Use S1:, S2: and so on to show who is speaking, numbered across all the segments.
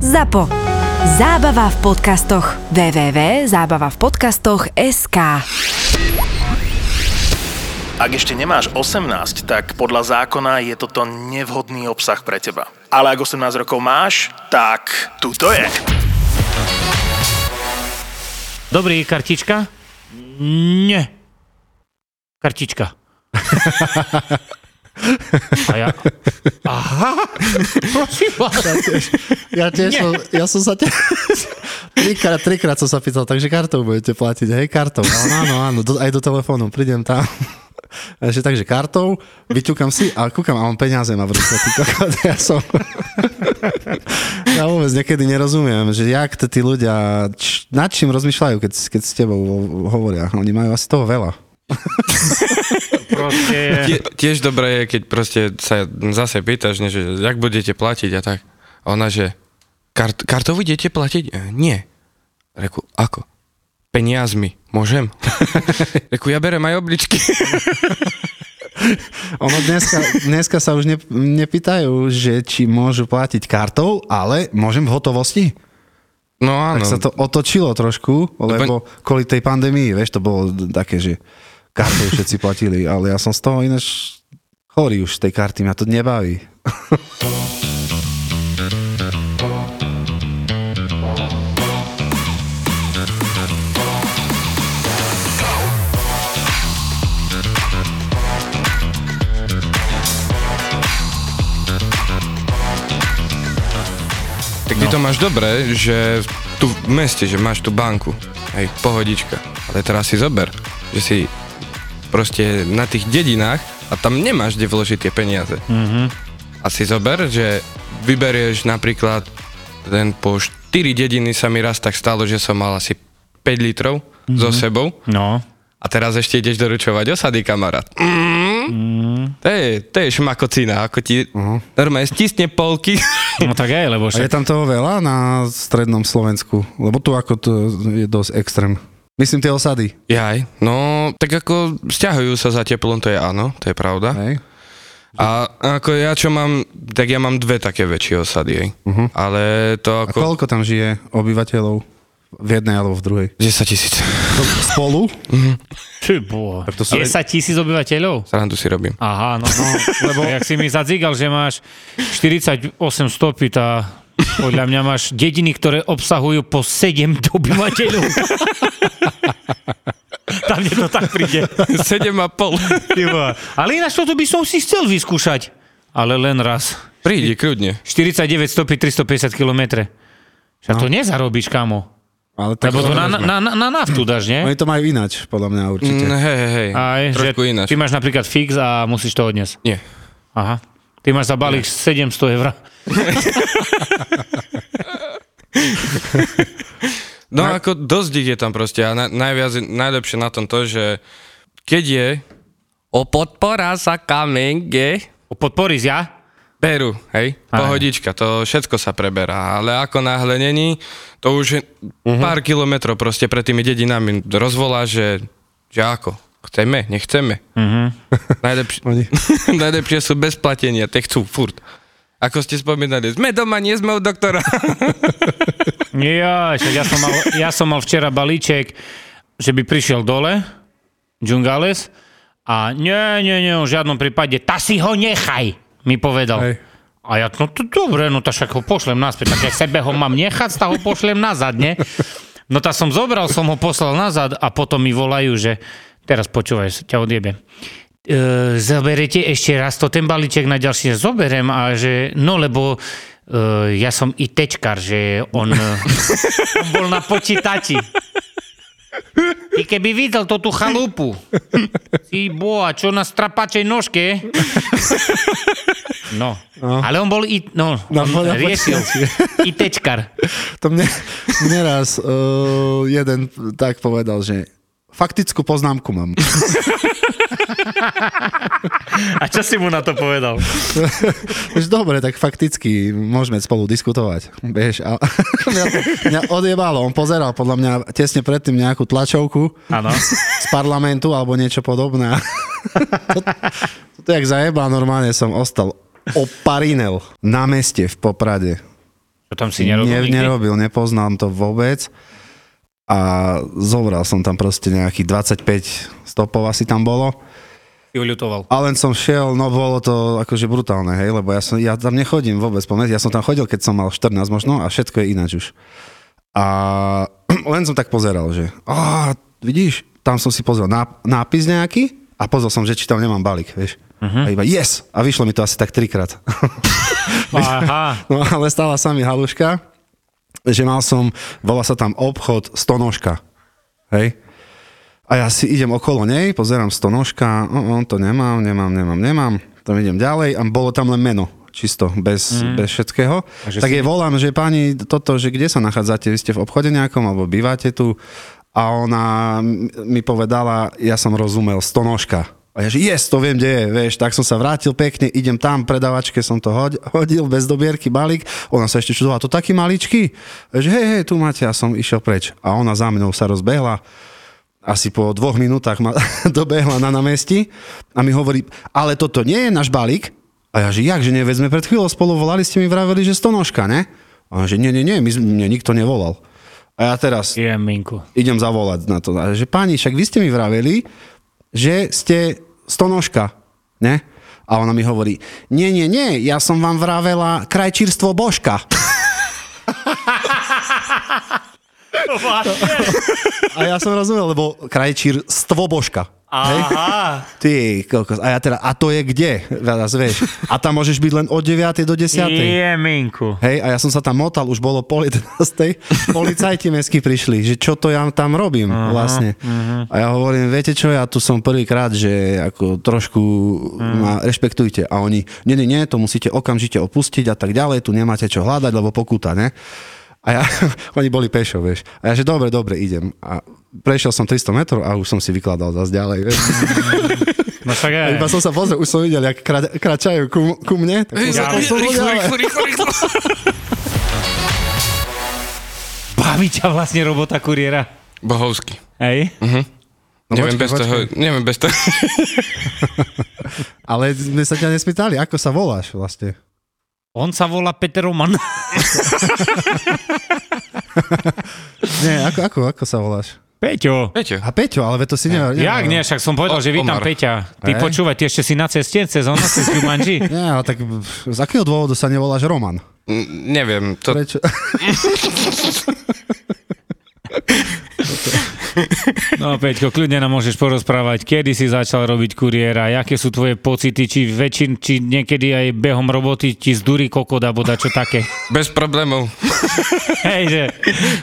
S1: ZAPO. Zábava v podcastoch. www.zábavavpodcastoch.sk
S2: Ak ešte nemáš 18, tak podľa zákona je toto nevhodný obsah pre teba. Ale ak 18 rokov máš, tak tu to je.
S3: Dobrý, kartička? Nie. Kartička. A ja... Aha, prosím vás.
S4: Ja, tiež
S3: Nie.
S4: som, ja som sa te... trikrát, trikrát som sa pýtal, takže kartou budete platiť, hej, kartou. Áno, áno, áno, do, aj do telefónu, prídem tam. Takže, takže kartou, vyťukam si a kúkam, a on peniaze má v ruke. ty kokot, Ja som... Ja vôbec niekedy nerozumiem, že jak to tí ľudia, č, nad čím rozmýšľajú, keď, keď s tebou ho- hovoria. Oni majú asi toho veľa.
S3: Proste...
S5: Tie, tiež dobré je, keď proste sa zase pýtaš, ne, že jak budete platiť a tak. A ona, že kart, kartou budete platiť? E, Nie. Reku, ako? Peniazmi. Môžem? Reku, ja berem aj obličky.
S4: Ono dneska, dneska sa už ne, nepýtajú, že či môžu platiť kartou, ale môžem v hotovosti.
S5: No
S4: Tak
S5: áno.
S4: sa to otočilo trošku,
S3: No
S4: lebo kvôli tej pandémii, vieš, to bolo d- také, že karty všetci platili, ale ja som z toho ináč chorý už z tej karty, ma to nebaví.
S5: Tak ty to máš dobré, že tu v meste, že máš tú banku. Hej, pohodička. Ale teraz si zober, že si proste na tých dedinách a tam nemáš kde vložiť tie peniaze. Mm-hmm. A si zober, že vyberieš napríklad len po 4 dediny sa mi raz tak stalo, že som mal asi 5 litrov mm-hmm. so sebou
S3: No,
S5: a teraz ešte ideš doručovať osady, kamarát. Mm. To, je, to je šmakocina, ako ti uh-huh. normálne stisne polky.
S3: no tak aj, lebo
S4: A je
S3: však...
S4: tam toho veľa na strednom Slovensku? Lebo tu ako to je dosť extrém. Myslím tie osady,
S5: Jaj, no tak ako stiahujú sa za teplom, to je áno, to je pravda.
S4: hej?
S5: A ako ja čo mám, tak ja mám dve také väčšie osady, hej. Uh-huh. Ale
S4: Mhm.
S5: to
S4: A
S5: ako...
S4: koľko tam žije obyvateľov? V jednej alebo v druhej?
S5: 10 tisíc.
S4: To- Spolu?
S3: Ty boha.
S4: to sú-
S3: 10 tisíc obyvateľov?
S5: Srandu si robím.
S3: Aha, no, no lebo... Jak si mi zadzigal, že máš 48 stopit a podľa mňa máš dediny, ktoré obsahujú po 7 obyvateľov. Tam mne to tak príde.
S5: 7,5.
S3: Iba. Ale ináč toto by som si chcel vyskúšať. Ale len raz.
S5: Prídi, kľudne.
S3: 49 stopy 350 km. Však to nezarobíš, kamo.
S4: Ale tak No
S3: Lebo to na, na, na, na naftu dáš, nie?
S4: Oni to majú ináč, podľa mňa určite.
S5: Mm, hej, hej, hej.
S3: Aj,
S5: Trošku
S3: že
S5: ináč.
S3: Ty máš napríklad fix a musíš to odniesť.
S5: Nie.
S3: Aha. Ty máš za balík 700 eur.
S5: No ako dosť ich je tam proste a na, najviac, najlepšie na tom to, že keď je o podpora sa kamenge,
S3: Podporíš ja?
S5: Peru, hej,
S3: Aj.
S5: pohodička, to všetko sa preberá, ale ako náhle není, to už je
S4: Mhm.
S5: pár kilometrov proste pred tými dedinami rozvolá, že, že ako, chceme, nechceme. Najlepšie,
S4: Mhm. Oni-
S5: najlepšie sú bez platenia, tie chcú furt. Ako ste spomínali, sme doma, nie sme u doktora.
S3: Ja, však ja som mal, ja som mal včera balíček, že by prišiel dole, Džungales, a nie, nie, nie, v žiadnom prípade, ta si ho nechaj, mi povedal.
S4: Hej.
S3: A ja, no to dobre, no ta však ho pošlem naspäť, tak ja sebe ho mám nechať, tá ho pošlem nazad, ne? No tá som zobral, som ho poslal nazad a potom mi volajú, že teraz počúvaj, ťa odjebem. E, zoberete ešte raz to, ten balíček na ďalší deň zoberem a že, no lebo e, ja som ITčkar, že on, e, on bol na počítači. Ty keby videl to tú chalupu. Ty boha, čo na strapačej nožke. No. no. Ale on bol i... No,
S4: Na-
S3: on
S4: na
S3: riešil. ITčkar.
S4: To mne, mne raz uh, jeden tak povedal, že faktickú poznámku mám.
S3: A čo si mu na to povedal?
S4: Že dobre, tak fakticky môžeme spolu diskutovať. Vieš, a mňa, to, mňa odjebalo. On pozeral podľa mňa tesne predtým nejakú tlačovku
S3: Áno.
S4: z parlamentu alebo niečo podobné. To, to jak zajebá, normálne som ostal oparinel na meste v Poprade.
S3: Čo tam si nerobil
S4: Ne-
S3: nikdy?
S4: nerobil, nepoznám to vôbec. A zobral som tam proste nejakých 25 stopov asi tam bolo.
S3: Si uľutoval.
S4: A len som šiel, no bolo to akože brutálne, hej, lebo ja, som, ja tam nechodím vôbec po meste. Ja som tam chodil, keď som mal 14 možno a všetko je ináč už. A len som tak pozeral, že a vidíš, tam som si pozrel náp- nápis nejaký a pozrel som, že či tam nemám balík, vieš. Uh-huh. A iba yes! A vyšlo mi to asi tak trikrát.
S3: Aha,
S4: No ale stala sa mi haluška, že mal som, volá sa tam obchod Stonožka. Hej? A ja si idem okolo nej, pozerám Stonožka, on to nemám, nemám, nemám, nemám. Tam idem ďalej a bolo tam len meno čisto, bez, mm. bez všetkého.
S3: Mhm. že
S4: tak
S3: si-
S4: jej volám, že pani, toto, že kde sa nachádzate, vy ste v obchode nejakom, alebo bývate tu? A ona m- mi povedala, ja som rozumel, stonožka. A ja že yes, to viem, kde je, vieš, tak som sa vrátil pekne, idem tam, predavačke som to hod- hodil, bez dobierky, balík, ona sa ešte čudovala, to taký maličký? A ja že hej, hej, tu máte, a som išiel preč. A ona za mnou sa rozbehla, asi po dvoch minútach ma dobehla na námestí a mi hovorí, ale toto nie je náš balík. A ja, že jak, že nie, veď sme pred chvíľou spolu volali, ste mi vraveli, že stonožka, ne? A on, že nie, nie, nie, my, sme- mne nikto nevolal. A ja teraz
S3: je minku.
S4: idem zavolať na to. A že páni, však vy ste mi vraveli, že ste stonožka, ne? A ona mi hovorí, nie, nie, nie, ja som vám vravela krajčírstvo Božka. A ja som rozumel, lebo krajčírstvo Božka.
S3: Aha,
S4: Ty, kokos. A ja teda, a to je kde? Teraz vieš. A tam môžeš byť len od 9. do 10.
S3: je minku.
S4: Hej, a ja som sa tam motal, už bolo pol 11. Policajti mesky prišli, že čo to ja tam robím uh-huh, vlastne. Uh-huh. A ja hovorím, viete čo, ja tu som prvýkrát, že ako trošku uh-huh. ma rešpektujte. A oni, nie, nie, nie, to musíte okamžite opustiť a tak ďalej, tu nemáte čo hľadať, lebo pokuta, ne? A ja, oni boli pešo, vieš. A ja, že dobre, dobre, idem. A prešiel som 300 metrov a už som si vykladal zase ďalej, vieš.
S3: No však je.
S4: A iba som sa pozrel, už som videl, jak kra- kračajú ku, ku mne. Tak som sa
S3: ale-
S4: posunul ďalej.
S3: Baví ťa vlastne robota kuriéra.
S5: Bohovský.
S3: Hej?
S4: No
S5: neviem,
S4: počkaj,
S5: bez toho, neviem bez toho.
S4: Ale sme sa ťa nespýtali, ako sa voláš vlastne.
S3: On sa volá Peter Roman.
S4: Nie, ako, ako, ako sa voláš?
S3: Peťo.
S5: Peťo,
S4: A Peťo, ale veď to si ne...
S3: Jak nie, však som povedal,
S5: no. O-
S3: že vítam
S5: Omar.
S3: Peťa. Ty
S4: Hej.
S3: počúvaj, ty ešte si na ceste cez ono, cez Jumanji.
S4: Nie, ale tak pff, z akého dôvodu sa nevoláš Roman?
S5: n- neviem, to,
S4: Prečo?
S3: No Peťko, kľudne nám môžeš porozprávať, kedy si začal robiť kuriéra, aké sú tvoje pocity, či väčšin, či niekedy aj behom roboty ti zdúri kokot alebo dačo také.
S5: bez problémov.
S3: hej, že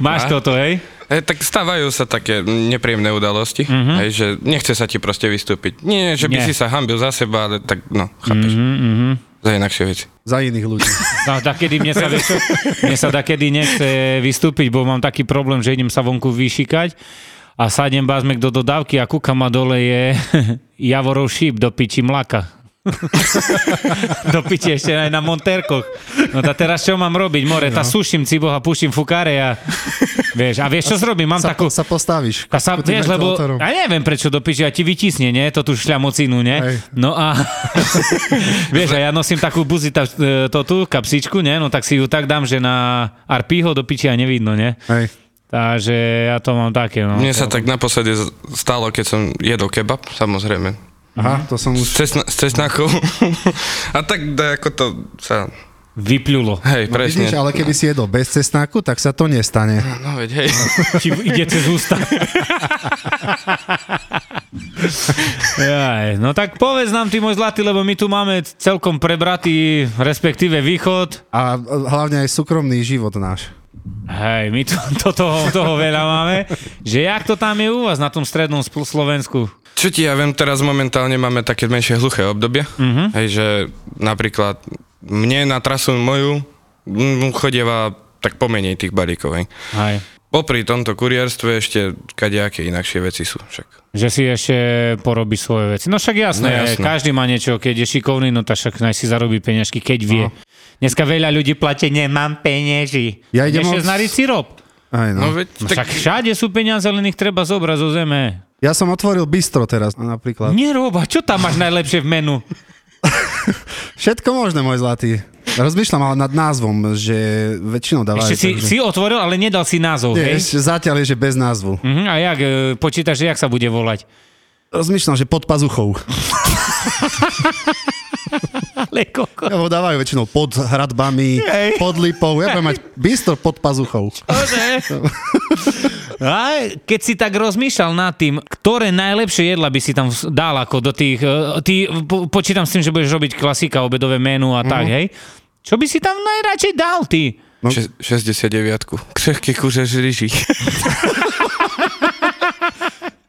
S3: máš
S5: A?
S3: toto, hej?
S5: E, tak stávajú sa také nepríjemné udalosti, hej, že nechce sa ti proste vystúpiť. Nie, že by
S3: Nie.
S5: si sa hambil za seba, ale tak no, chápeš. Za inakšie veci.
S4: Za iných ľudí.
S3: No, da, kedy mne sa, vieš, čo, mne sa da, kedy nechce vystúpiť, bo mám taký problém, že idem sa vonku vyšikať a sadnem bázmek do dodávky a kúkam a dole je Javorov šíp do piči mlaka. do piči ešte aj na montérkoch. No tá teraz čo mám robiť, more? Tá
S4: No.
S3: suším ciboha, puším fukáre a vieš, a vieš čo zrobím? Mám
S4: Sa,
S3: takú...
S4: sa postavíš.
S3: A sa, vieš, lebo, ja neviem prečo do piči, a ti vytisne, nie? To tu šľamocinu, nie?
S4: Hej.
S3: No a, vieš, a ja nosím takú buzita, e, to tu, kapsičku, nie? No tak si ju tak dám, že na arpího do piči a nevidno, nie?
S4: Hej.
S3: Takže ja to mám také, no.
S5: Mne sa tak naposledy z- stalo, keď som jedol kebab, samozrejme.
S4: Aha, to som
S5: S,
S4: už...
S5: cesna, s cesnakou. A tak da, ako to sa...
S3: Vypľulo.
S5: Hej,
S4: No,
S5: presne.
S4: vidíš, ale keby si jedol bez cesnáku, tak sa to nestane.
S5: No veď, hej.
S3: Ti ide cez ústa. Jaj, no tak povedz nám, ty môj zlatý, lebo my tu máme celkom prebratý, respektíve východ.
S4: A hlavne aj súkromný život náš.
S3: Hej, my tu, to, toho, toho veľa máme. Že jak to tam je u vás na tom strednom Sp- Slovensku?
S5: Čo ti ja viem, teraz momentálne máme také menšie hluché obdobie. Hej, že napríklad mne na trasu moju mm, chodieva tak pomenej tých balíkov. Hej.
S3: Hej.
S5: Popri tomto kuriérstve ešte kadejaké inakšie veci sú však.
S3: Že si ešte porobí svoje veci. No však jasné,
S5: No
S3: no,
S5: jasné.
S3: každý má niečo, keď je šikovný, no tak však naj si zarobí peňažky, keď vie. No. Dneska veľa ľudí platí, nemám penieži.
S4: Ja idem od-
S3: Ešte na sirob.
S4: Aj no.
S5: No veď,
S3: No
S5: tak,
S3: však všade sú peniaze, len ich treba zobrať zo zeme.
S4: Ja som otvoril bistro teraz napríklad.
S3: Neroba, čo tam máš najlepšie v menu?
S4: Všetko možné, môj zlatý. Rozmýšľam ale nad názvom, že väčšinou dávajú.
S3: Ešte si, si otvoril, ale nedal si názov, hej?
S4: Nie, ešte zatiaľ je, že bez názvu.
S3: Mhm, a jak e, počítaš, že jak sa bude volať?
S4: Rozmýšľam, že pod pazuchou.
S3: Ale koko.
S4: Ja ho dávajú väčšinou pod hradbami,
S3: Hej.
S4: pod lipou. Ja budem mať bistro pod pazuchou.
S3: A keď si tak rozmýšľal nad tým, ktoré najlepšie jedla by si tam vs- dal ako do tých... e, Ty, po, počítam s tým, že budeš robiť klasika, obedové menu a tak, hej? Čo by si tam najradšej dal ty?
S5: No. 69. Křehký kuřež ryží.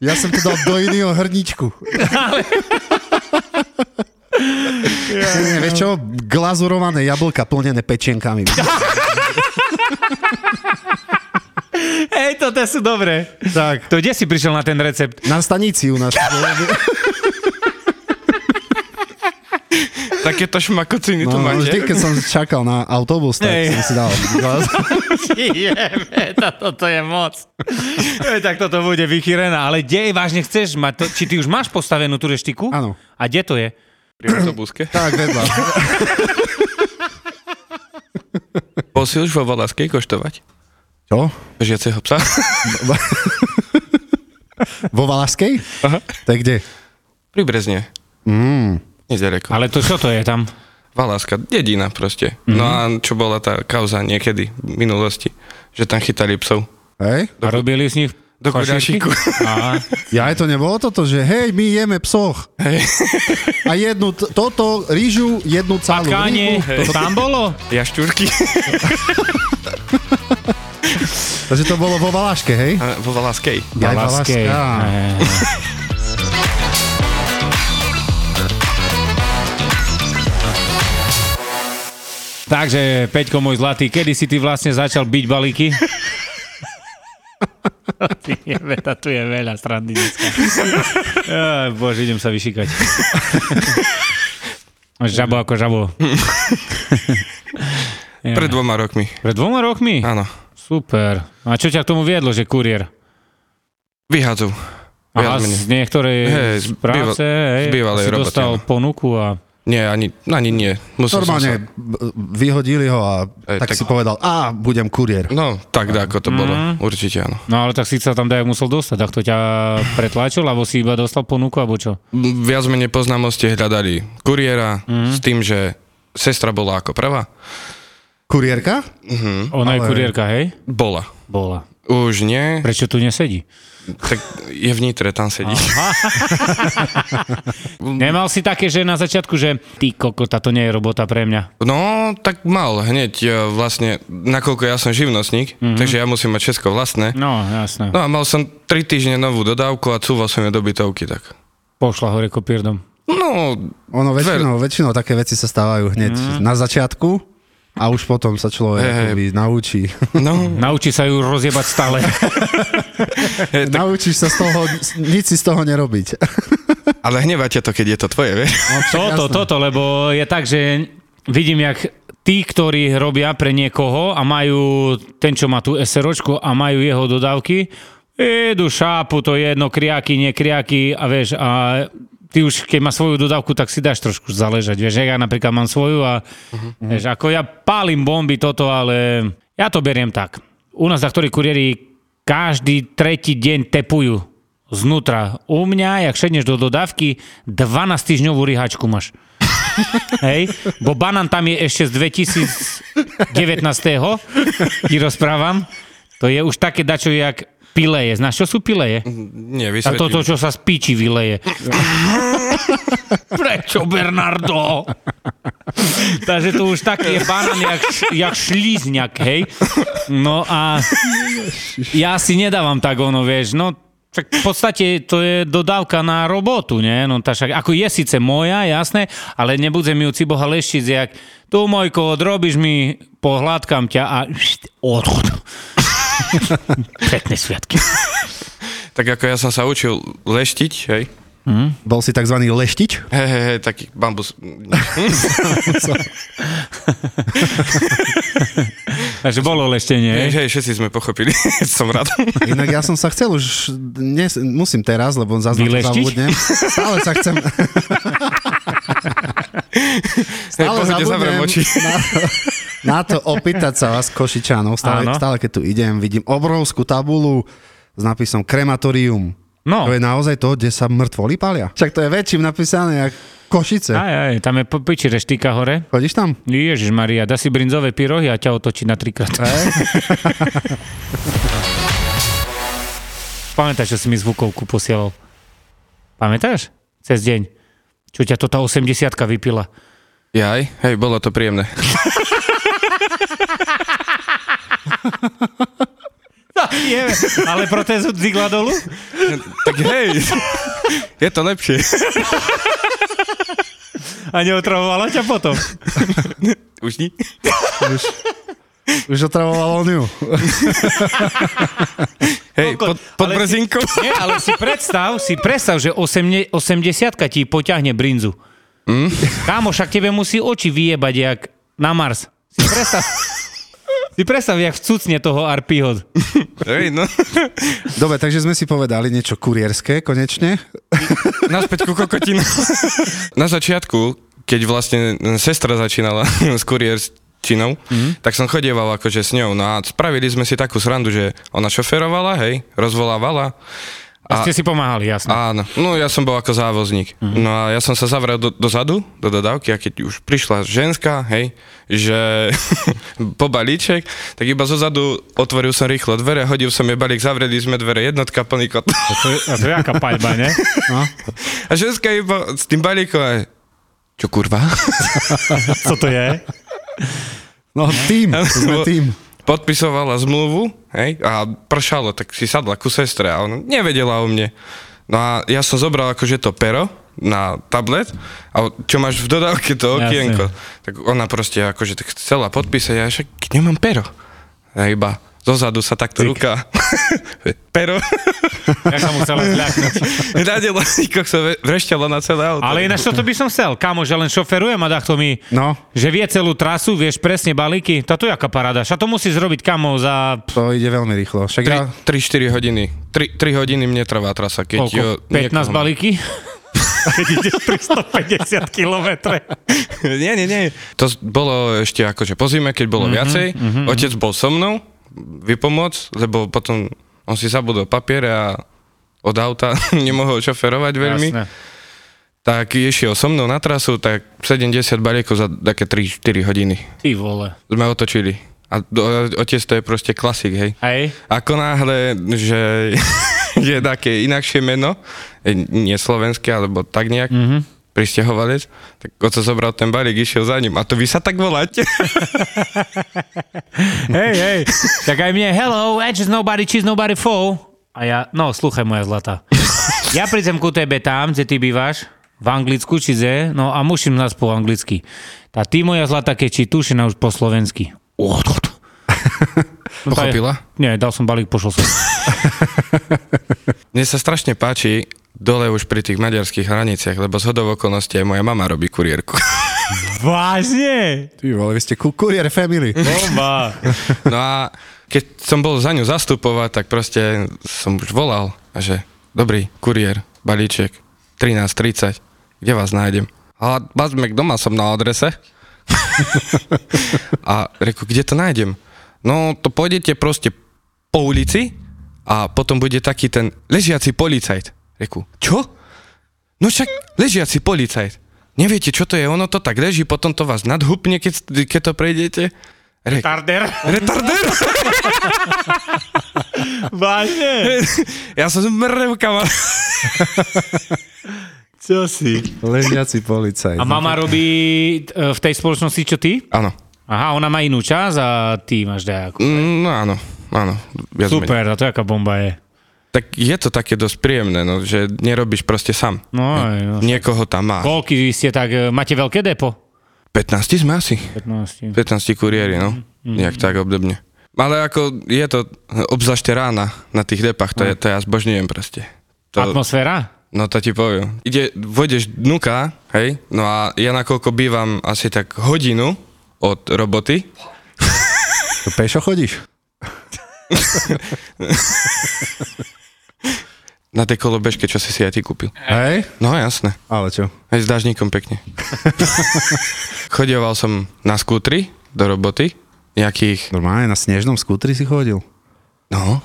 S4: Ja som to dal do iného hrničku. Nie, vieš čo? Glazurované jablka plnené pečienkami.
S3: Hej, to, to sú dobré.
S4: tak.
S3: To kde si prišiel na ten recept?
S4: Na stanici u nás.
S5: Takéto šmakociny tu
S4: No,
S5: máte.
S4: vždy, keď som čakal na autobus, tak
S3: Hej.
S4: som si dal glaz.
S3: Jebe, toto to je moc. Ej, tak toto bude vychýrené, ale kde je vážne chceš mať? To, či ty už máš postavenú tú reštiku?
S4: Áno.
S3: A kde to je?
S5: Pri autobuske.
S4: Tak, vedľa.
S5: Bol si už vo Valaskej koštovať?
S4: Čo?
S5: Žiaceho psa?
S4: Vo Valaskej?
S5: Aha.
S4: To je kde?
S5: Pri Brezne. Mm. Nedaleko.
S3: Ale to čo to je tam?
S5: Valaska, dedina proste. Mm-hmm. No a čo bola tá kauza niekedy v minulosti? Že tam chytali psov.
S4: Hej?
S3: A robili z nich
S5: Do
S3: fašírky?
S5: kudášiku.
S3: Aha.
S4: Ja aj to nebolo toto, že hej, my jeme psoch.
S5: Hej.
S4: A jednu t- toto, rýžu, jednu celú
S3: Pakáne,
S4: rýbu.
S3: to tam bolo?
S5: Jašťurky.
S4: Takže to bolo vo Valaške, hej?
S5: A vo Valaskej.
S4: Aj
S3: Valaskej.
S4: Valaška.
S3: Hej. Takže, Peťko, môj zlatý, kedy si ty vlastne začal byť balíky? Ty jebe, tu je veľa strandy dneska. Aj, Bože, idem sa vyšikať. Žabo ako žabo.
S5: Pred dvoma rokmi.
S3: Pred dvoma rokmi?
S5: Áno.
S3: Super. A čo ťa k tomu viedlo, že kuriér?
S5: Vyhadzov.
S3: Aha,
S5: Viac menej.
S3: z niektorej
S5: Hej,
S3: z
S5: z
S3: práce
S5: býva-
S3: hej,
S5: z bývalej
S3: si
S5: roboty, no.
S3: dostal
S5: áno.
S3: ponuku a
S5: Nie, ani, ani nie. Musel som
S4: Normálne b- vyhodili ho a
S5: Ej,
S4: tak,
S5: tak-
S4: si povedal, a budem kuriér.
S5: sa... No, tak ako to bolo. Určite áno.
S3: no ale tak si sa tam dajak musel dostať, tak to ťa pretlačil, alebo si iba dostal ponuku, alebo čo?
S5: M, Viac menej poznámosti hľadali kuriéra s tým, že sestra bola ako prvá.
S4: Kuriérka?
S5: Hm?
S3: Ona je kurierka, hej?
S5: Bola.
S3: Bola.
S5: Už nie,
S3: Prečo tu nesedí?
S5: tak je v Nitre, tam sedí. Mm.
S3: Nemal si také, že na začiatku, že ty koko, to nie je robota pre mňa.
S5: No, tak mal hneď e, vlastne, nakoľko ja som živnostník, mm-hmm. takže ja musím mať všetko vlastné.
S3: No, jasné.
S5: No a mal som 3 týždne novú dodávku a cúval som ju do bytovky, tak.
S3: Pošla hore kopírdom.
S5: No,
S4: Ono väčšinou, väčšinou také veci sa stávajú hneď na začiatku a už potom sa človek
S5: Hej, hej.
S4: akoby naučí.
S5: no,
S3: Naučí sa ju rozjebať stále.
S5: e, tak,
S4: Naučíš sa z toho, s- nič si z toho nerobiť.
S5: ale hnevate to, keď je to tvoje, vieš?
S3: toto, toto, lebo je tak, že vidím, jak tí, ktorí robia pre niekoho a majú ten, čo má tú SROčku a majú jeho dodávky, idú šápu, to je jedno, kriaky, nekriaky a vieš, a ty už keď má svoju dodávku, tak si dáš trošku zaležať, vieš, ja napríklad mám svoju a uh-huh. vieš, ako ja pálim bomby toto, ale ja to beriem tak. U nás na ktorí kuriéri každý tretí deň tepujú znútra. U mňa, jak šedneš do dodávky, 12 týždňovú ryhačku máš. Hej, bo banán tam je ešte z 2019. Ti rozprávam. To je už také dačo, jak pileje. Znáš, čo sú pileje? A
S5: Nie, vysvetlím.
S3: toto, čo sa z píči vyleje. Prečo, Bernardo? Takže to už taký je banán, jak, š- jak šlízňak, hej? No a ja si nedávam tak ono, vieš, no tak v podstate to je dodávka na robotu, nie? No tá však, ako je síce moja, jasné, ale nebudem ju ciboha leštiť, jak tu, Mojko, odrobíš mi, pohľadkam ťa a odchod. Pekné sviatky.
S5: Tak ako ja som sa učil leštiť, hej?
S4: Bol si tzv. leštič?
S5: Hej, hej, hej, taký bambus.
S3: Takže bolo leštenie, hej?
S5: Hej, hej, všetci sme pochopili, som rád.
S4: Inak ja som sa chcel už, dnes, musím teraz, lebo zase na to
S3: Vyleštiť?
S4: zabudnem. Stále sa chcem,
S5: Hej, pohodne, zavrem oči.
S4: na, na to opýtať sa vás, Košičanov. Stále,
S3: Áno.
S4: stále, keď tu idem, vidím obrovskú tabulu s nápisom krematorium.
S3: No.
S4: To je naozaj to, kde sa mŕtvoli palia. Však to je väčším napísané, jak Košice.
S3: Aj, aj, tam je po piči reštika hore.
S4: Chodíš tam?
S3: Ježiš Maria, dá si brinzové pyrohy a ťa otočí na trikrát. Pamätáš, čo si mi zvukovku posielal? Pamätáš? Cez deň. Čo ťa to tá 80 vypila.
S5: Jaj, hej, bolo to príjemné.
S3: Je, ale protest od Zigla dolu?
S5: tak hej, je to lepšie.
S3: A neotravovala ťa potom.
S5: Už nie?
S4: Už otravoval on ju.
S5: Hej, pod, pod
S3: ale-
S5: brzinkou.
S3: Nie, ale si predstav, si predstav, že 80 ti poťahne brinzu. Mm? Kámo, však tebe musí oči vyjebať jak na Mars. Si predstav, si predstav, jak vcucne toho Arpího.
S5: Hej, no.
S4: Dobre, takže sme si povedali niečo kurierské, konečne.
S5: Naspäť ku kokotinu. Na začiatku, keď vlastne sestra začínala s kuriérčinou, mm. tak som chodieval akože s ňou. No a spravili sme si takú srandu, že ona šoferovala, hej, rozvolávala.
S3: A ste si pomáhali, jasno.
S5: Áno, no ja som bol ako závozník. Mm-hmm. No a ja som sa zavrel do, dozadu, do dodávky a keď už prišla ženská, hej, že po balíček, tak iba zozadu otvoril som rýchlo dvere, hodil som jej balík, zavreli sme dvere, jednotka, plný kot.
S3: A to je, a to je aká paľba, ne?
S5: A ženská iba s tým balíkom aj, čo kurva?
S3: Co to je?
S4: No, tým, to sme tým.
S5: Podpisovala zmluvu, hej, a pršalo, tak si sadla ku sestre a ona nevedela o mne. No a ja som zobral akože to pero na tablet a čo máš v dodávke to
S3: Jasne.
S5: okienko. Tak ona proste akože tak chcela podpísať a ja však nemám pero. A iba zozadu sa takto
S3: Cik.
S5: ruka pero
S3: Ja sa musela zľaknúť.
S5: radila sa vrešťala na celé auto.
S3: Ale ináč toto by som chcel. Kámo, že len šoferujem a dachto mi...
S4: No,
S3: Že vie celú trasu, vieš presne balíky. Tá to je aká paráda. Ša to musí zrobiť kamo za...
S4: to ide veľmi rýchlo. Však ja,
S5: 3-4 hodiny. 3, 3 hodiny mne trvá trasa, keď... jo,
S3: Koľko? 15
S5: niekoho mám.
S3: balíky? Keď ideš pri 150 kilometre.
S5: nie, nie, nie. To s- bolo ešte akože po zime, keď bolo mm-hmm, viacej. Mm-hmm. Otec bol so mnou, vypomoc, lebo potom on si zabudol papiere a od auta nemohol šoferovať veľmi. Jasne.
S3: Jasné.
S5: Tak išiel so mnou na trasu, tak 70 balíkov za také 3-4 hodiny
S3: Ty vole.
S5: sme otočili. A do- otec to je proste klasik, hej.
S3: Hej?
S5: Ako náhle, že je také inakšie meno, e, nie slovenské, alebo tak nejak,
S3: Mhm.
S5: mm-hmm. pristahovalec, tak oco zobral ten balík, išiel za ním. A to vy sa tak voláte?
S3: Hej, hej. Tak aj mne, hello, edge is nobody, cheese nobody, fo. A ja, no, sluchaj moja zlatá. Ja prídem ku tebe tam, kde ty bývaš, v Anglicku, či ze, no a musím nás po anglicky. Tá ty moja zlatá, keď či tušina už po slovensky. Oh, to- to- No, tá je-
S5: Pochopila?
S3: Nie, dal som balík, pošol som.
S5: Mne sa strašne páči dole už pri tých maďarských hraniciach, lebo z hodov okolností aj moja mama robí kurierku.
S3: Vážne?
S4: ty vole, vy ste ku- kurier family.
S3: Bomba.
S5: No a keď som bol za ňu zastupovať, tak proste som už volal, a že dobrý, kuriér, balíček, 13.30, kde vás nájdem? A vás doma som na adrese. a reku, kde to nájdem? No to pôjdete proste po ulici a potom bude taký ten ležiaci policajt. Reku, čo? No však ležiaci policajt. Neviete, čo to je? Ono to tak leží, potom to vás nadhupne, keď, keď to prejdete. Reku,
S3: Tarder?
S5: Retarder?
S3: Vážne?
S5: Ja som mrevka, ma-
S3: Čo si?
S4: Ležiaci policajt.
S3: A mama robí e, v tej spoločnosti, čo ty?
S5: Áno.
S3: Aha, ona má inú čas a ty máš dajakú.
S5: Mm, No áno, áno. Viac menej.
S3: Super, a to jaká bomba je.
S5: Tak je to také dosť príjemné, no, že nerobíš proste sám.
S3: No, aj, no.
S5: Niekoho tam má.
S3: Koľky ste tak, e, máte veľké depo?
S5: 15 sme asi.
S3: 15.
S5: 15 kuriéri, no. Nejak tak obdobne. Ale ako je to, obzvlášte rána na tých depách, to, je, to ja zbožňujem proste. To,
S3: Atmosféra?
S5: No to ti poviem. Ide, vojdeš dnuka, hej, no a ja nakoľko bývam asi tak hodinu od roboty,
S4: To Pešo chodíš?
S5: Na tej kolobežke, čo si si aj ty kúpil.
S4: Hej?
S5: No jasné.
S4: Ale čo?
S5: Aj s dážnikom pekne. Chodieval som na skútri do roboty. Nejakých...
S4: Normálne na snežnom skútri si chodil?
S5: No.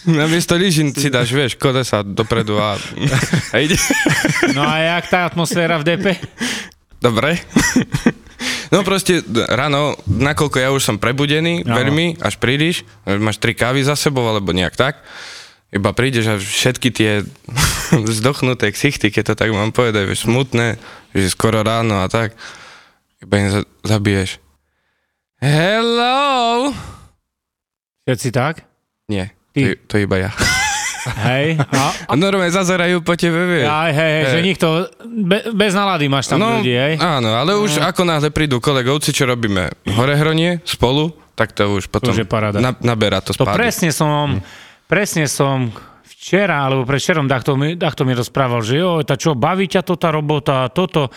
S5: Namiesto lyžin si dáš, vieš, kode sa dopredu a, a ide.
S3: No a jak tá atmosféra v DP?
S5: Dobre. No proste ráno, nakoľko ja už som prebudený
S3: Áno.
S5: veľmi, až prídeš, máš tri kávy za sebou alebo nejak tak, iba prídeš a všetky tie zdochnuté ksichty, keď to tak mám povedať, vieš, smutné, že skoro ráno a tak, iba im za- zabiješ. Hello!
S3: Všetci tak?
S5: Nie,
S3: Ty.
S5: to, to iba ja.
S3: Hej. A,
S5: A normálne zazerajú po tebe, vieš.
S3: Aj, hej, hej,
S5: Hej. No,
S3: že nikto, be, bez nálady máš tam ľudí, hej? No.
S5: Áno, ale už ako náhle prídu kolegovci, čo robíme horehronie spolu, tak to už potom
S3: už je paráda.
S5: Na, naberá to
S3: To
S5: spády.
S3: presne som, presne som včera, alebo predvčerom, takto mi, takto mi rozprával, že jo, tá čo, baví ťa to tá robota, toto,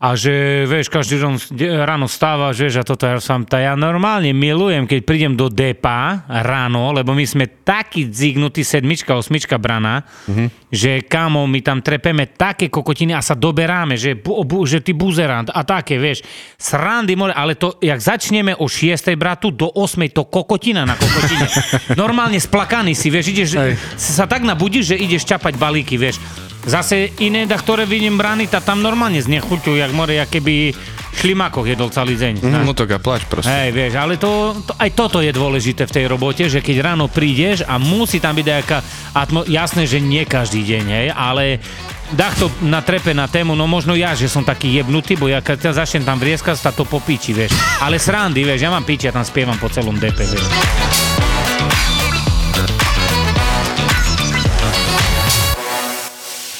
S3: a že, vieš, každý rom- de- ráno stáva, že, vieš, a toto ja som, tá ja normálne milujem, keď prídem do depa ráno, lebo my sme taký dzignutý sedmička, osmička brana,
S5: Mhm.
S3: že kamo, my tam trepeme také kokotiny a sa doberáme, že, bu, bu, že ty buzerant a také, vieš, srandy, more, ale to, jak začneme o 6 bratu, do 8 to kokotina na kokotine. Normálne splakaný si, vieš, ideš,
S4: Hej.
S3: sa tak nabudíš, že ideš ťapať balíky, vieš. Zase iné, da, ktoré vidím brany, tá tam normálne znechuťujú, jak more, jak keby šlimakoch jedol celý deň.
S5: Mhm, No tak a plač proste.
S3: Hej, vieš, ale to, to, aj toto je dôležité v tej robote, že keď ráno prídeš a musí tam byť nejaká atmo... Jasné, že nie každý deň, hej, ale dachto na trepe na tému, no možno ja, že som taký jebnutý, bo ja keď ťa začnem tam vrieskať, tá to popíči, vieš. Ale srandy, vieš, ja mám piči, ja tam spievam po celom DP, vieš.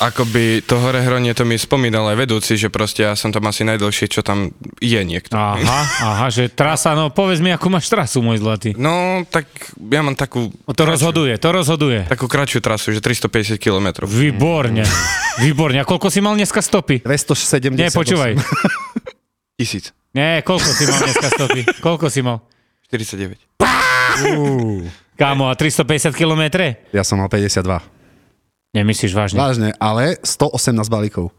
S5: Akoby to horehronie to mi spomínal aj vedúci, že proste ja som tam asi najdlhšie, čo tam je niekto.
S3: Aha, aha, že trasa, no povedz mi, akú máš trasu, môj zlatý.
S5: No, tak ja mám takú,
S3: O, No to rozhoduje, to rozhoduje.
S5: takú kratšiu trasu, že 350 km.
S3: Výborne, výborne. A koľko si mal dneska stopy?
S4: 270.
S3: Nie, počúvaj.
S5: Tisíc.
S3: Nie, koľko si mal dneska stopy? Koľko si mal?
S5: 49.
S4: Uú,
S3: Kámo, a 350 km?
S4: ja som mal 52.
S3: Nemyslíš vážne?
S4: Vážne, ale 118 balíkov.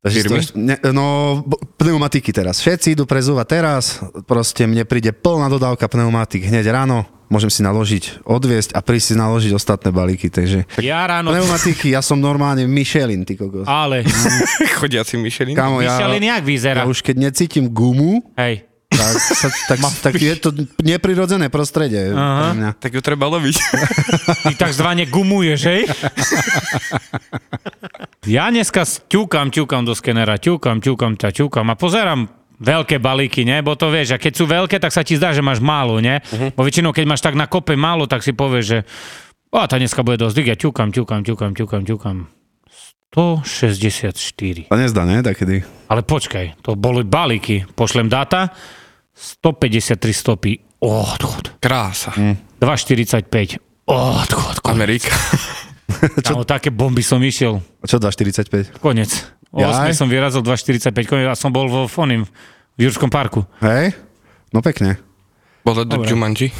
S4: Takže to
S5: Firmy?
S4: ešte- ne, no, b- pneumatiky teraz. Všetci idú prezúvať teraz, proste mne príde plná dodávka pneumatik hneď ráno, môžem si naložiť, odviesť a prísť si naložiť ostatné balíky, takže...
S3: Ja ráno...
S4: Pneumatiky, ja som normálne Michelin, ty kokos.
S3: Ale,
S5: Chodiaci myšelin.
S4: Kámo, ja,
S3: Michelin jak vyzerá?
S4: ja už keď necítim gumu,
S3: Hej.
S4: tak, sa, tak, tak je to neprirodzené prostredie pre mňa.
S5: Tak ju treba loviť.
S3: Ty takzvané gumuješ, hej? Ja dneska s- ťukám, ťukám do skenera, ťukám, ťukám, ťa ťukám a pozerám veľké balíky, ne? Bo to vieš, a keď sú veľké, tak sa ti zdá, že máš málo, ne?
S4: Mhm.
S3: Bo väčšinou, keď máš tak na kope málo, tak si povieš, že a tá dneska bude dosť, ja ťukám, ťukám, ťukám, ťukám, ťukám. 164.
S4: To nezdá, ne? Takedy.
S3: Ale počkaj, to boli balíky. Pošlem data, 153 stopy, odchod.
S5: Krása. Mm.
S3: 2,45, odchod.
S5: Amerika.
S3: Čo? také bomby som išiel.
S4: A čo 2,45?
S3: Konec. O 8
S4: Jaj.
S3: som vyrazil 2,45 konec a som bol vo Fonim v Jurskom parku.
S4: Hej? No pekne.
S5: Bolo do Jumanji.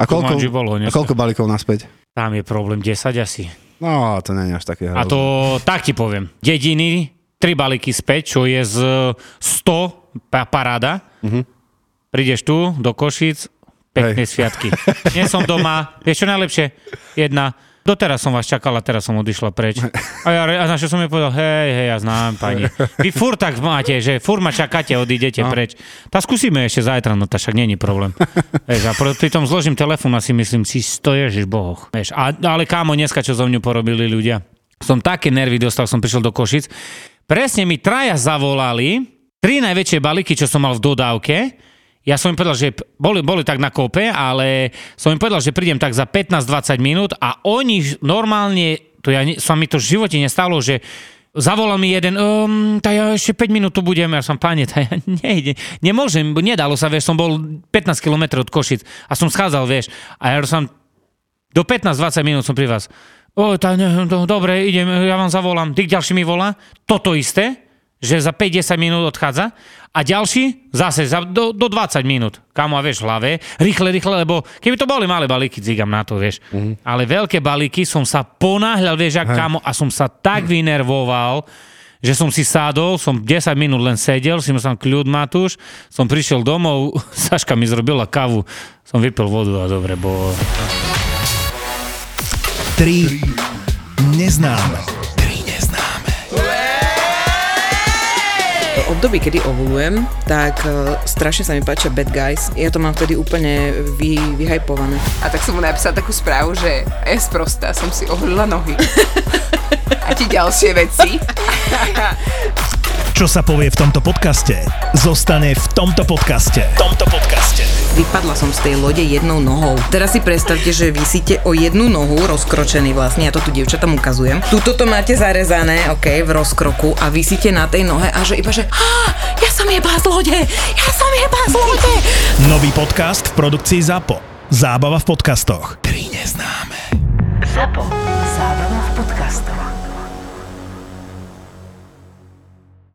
S4: A koľko,
S3: Jumanji bolo
S4: a
S3: dneska.
S4: koľko balíkov naspäť?
S3: Tam je problém 10 asi.
S4: No, to nie je až také
S3: A to tak ti poviem. Dediny, tri balíky späť, čo je z e, 100 pa- paráda. Prídeš tu do Košic, pekné
S4: Hej.
S3: sviatky. Nie som doma. Vieš čo najlepšie? Jedna. Doteraz som vás čakala, teraz som odišla preč. A, ja, a na čo som jej povedal, hej, hej, ja znám pani. Vy fur tak máte, že fur ma čakáte, odídete preč. Tá skúsime ešte zajtra, no tá však není problém. Vieš, a pro- pritom zložím telefón a si myslím, si to ježiš bohoch. Vieš, a, ale kámo, dneska čo zo mňa porobili ľudia. Som také nervy dostal, som prišiel do Košic. Presne mi traja zavolali, tri najväčšie balíky, čo som mal v dodávke, ja som im povedal, že p- boli, boli tak na kope, ale som im povedal, že prídem tak za 15-20 minút a oni ž- normálne, to ja, ne- sa mi to v živote nestalo, že zavolal mi jeden, um, tá ja ešte 5 minút tu budem, ja som, pane, tá ja nejde, nemôžem, bo nedalo sa, vieš, som bol 15 km od Košic a som schádzal, vieš, a ja som, do 15-20 minút som pri vás. no, O, tá, ne, do, dobre, idem, ja vám zavolám. Ty ďalší mi volá. Toto isté. že za 5-10 minút odchádza a ďalší zase za, do, do 20 minút. Kamo, a vieš, v hlave, rýchle, rýchle, lebo keby to boli malé balíky, dzigam na to, vieš. Mm-hmm. Ale veľké balíky som sa ponáhľal, vieš, ak kamo, a som sa tak vynervoval, že som si sadol, som 10 minút len sedel, si som kľud Matúš, som prišiel domov, Saška mi zrobila kávu, som vypil vodu a dobre bolo.
S2: 3 neznáme. 3 neznáme.
S6: V období, kedy ovulujem, tak e, strašne sa mi páčia bad guys. Ja to mám vtedy úplne vy, vyhajpované.
S7: A tak som mu napísala takú správu, že je sprostá, som si ohrila nohy. A ti ďalšie veci.
S8: Čo sa povie v tomto podcaste, zostane v tomto podcaste. V tomto podcaste.
S6: Vypadla som z tej lode jednou nohou. Teraz si predstavte, že vysíte o jednu nohu, rozkročený vlastne, ja to tu dievčatám ukazujem. Tuto to máte zarezané, ok, v rozkroku a vysíte na tej nohe a že iba, že "Á, ja som jebá z lode, ja som jebá z lode.
S8: Nový podcast v produkcii ZAPO. Zábava v podcastoch.
S2: Tri neznáme.
S9: Zapo.